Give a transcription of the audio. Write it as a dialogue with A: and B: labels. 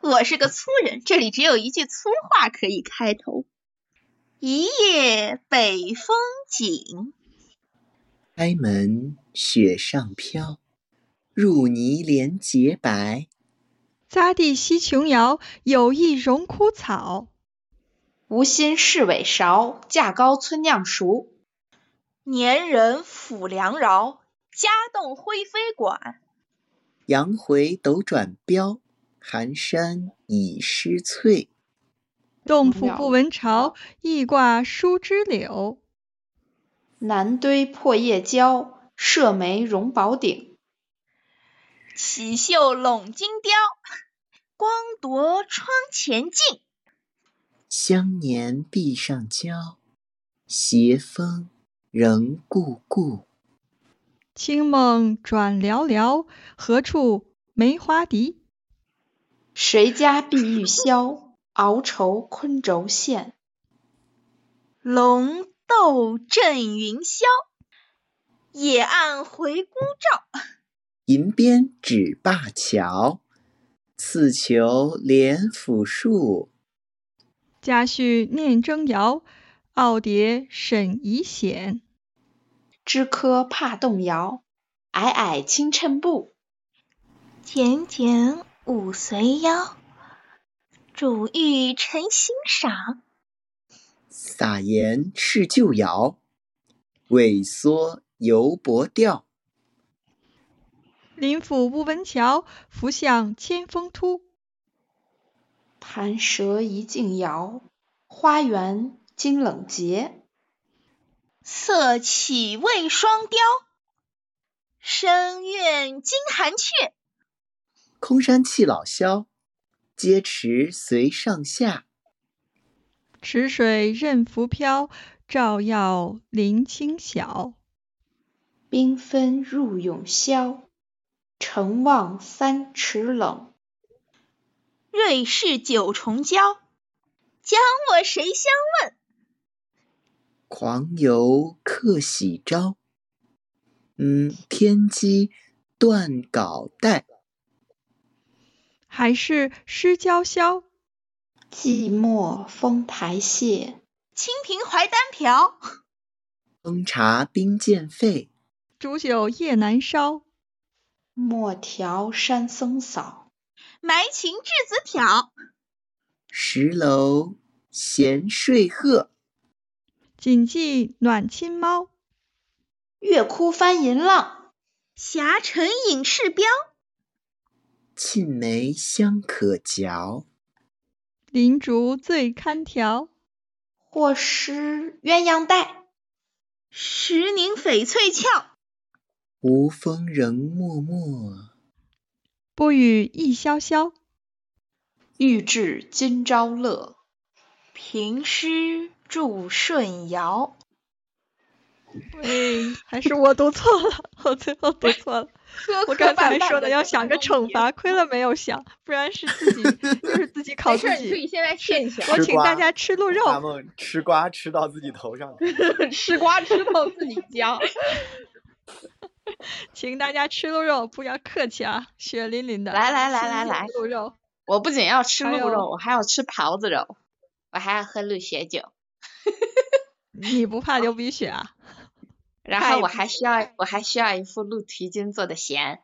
A: 我是个粗人，这里只有一句粗话可以开头。一夜北风紧，
B: 开门雪上飘，入泥莲洁白。
C: 匝地西琼瑶，有意荣枯草。
D: 无心事尾芍，价高村酿熟。
E: 年人抚梁饶，家栋灰飞管。
B: 杨回斗转标，寒山已湿翠。
C: 洞府不闻潮，一挂疏枝柳。
D: 南堆破叶焦，射梅容宝鼎。
E: 绮袖笼金雕，
A: 光夺窗前镜。
B: 香年壁上娇，斜风仍故故。
C: 清梦转寥寥，何处梅花笛？
D: 谁家碧玉箫？敖愁昆轴线，
A: 龙斗震云霄。野岸回孤照，
B: 银鞭指灞桥。刺球连抚树，
C: 佳婿念征遥。傲蝶沈遗显，
D: 知柯怕动摇。矮矮轻衬步，
A: 简简舞随腰。主玉臣欣赏，
B: 撒盐是旧谣，萎缩犹薄调。
C: 林府乌闻桥，拂向千峰突。
D: 盘蛇一径摇，花园今冷结。
A: 色起未双雕，深院惊寒雀。
B: 空山气老萧。皆池随上下，
C: 池水任浮漂，照耀林清晓。
D: 缤纷入永宵，城望三尺冷。
A: 瑞士九重娇，将我谁相问？
B: 狂游客喜招，嗯，天机断稿带。
C: 还是诗潇潇，
D: 寂寞风台榭。
A: 清平怀丹瓢，
B: 烹茶冰剑沸。
C: 煮酒夜难烧，
D: 莫调山僧扫。
A: 埋琴稚子挑，
B: 石楼闲睡鹤。
C: 谨记暖亲猫，
D: 月窟翻银浪。
A: 霞沉影赤标。
B: 沁梅香可嚼，
C: 林竹醉堪调。
D: 或施鸳鸯带，
A: 石凝翡翠俏。
B: 无风仍默默，
C: 不语亦萧萧。
D: 欲至今朝乐，
A: 凭诗助舜尧。
C: 哎，还是我读错了，我最后读错了。我刚才说的要想个惩罚，亏了没有想，不然是自 己又是自己考自己。
E: 你可以现在欠起来。
C: 我请大家吃鹿肉。
F: 他们吃瓜吃到自己头上。
E: 吃瓜吃到自己家。
C: 请大家吃鹿肉，不要客气啊，血淋淋的。
D: 来来来来来，
C: 鹿肉。
D: 我不仅要吃鹿肉，我还要吃狍子肉，我还要喝鹿血酒。
C: 你不怕流鼻血啊？
D: 然后我还需要，我还需要一副鹿蹄筋做的弦。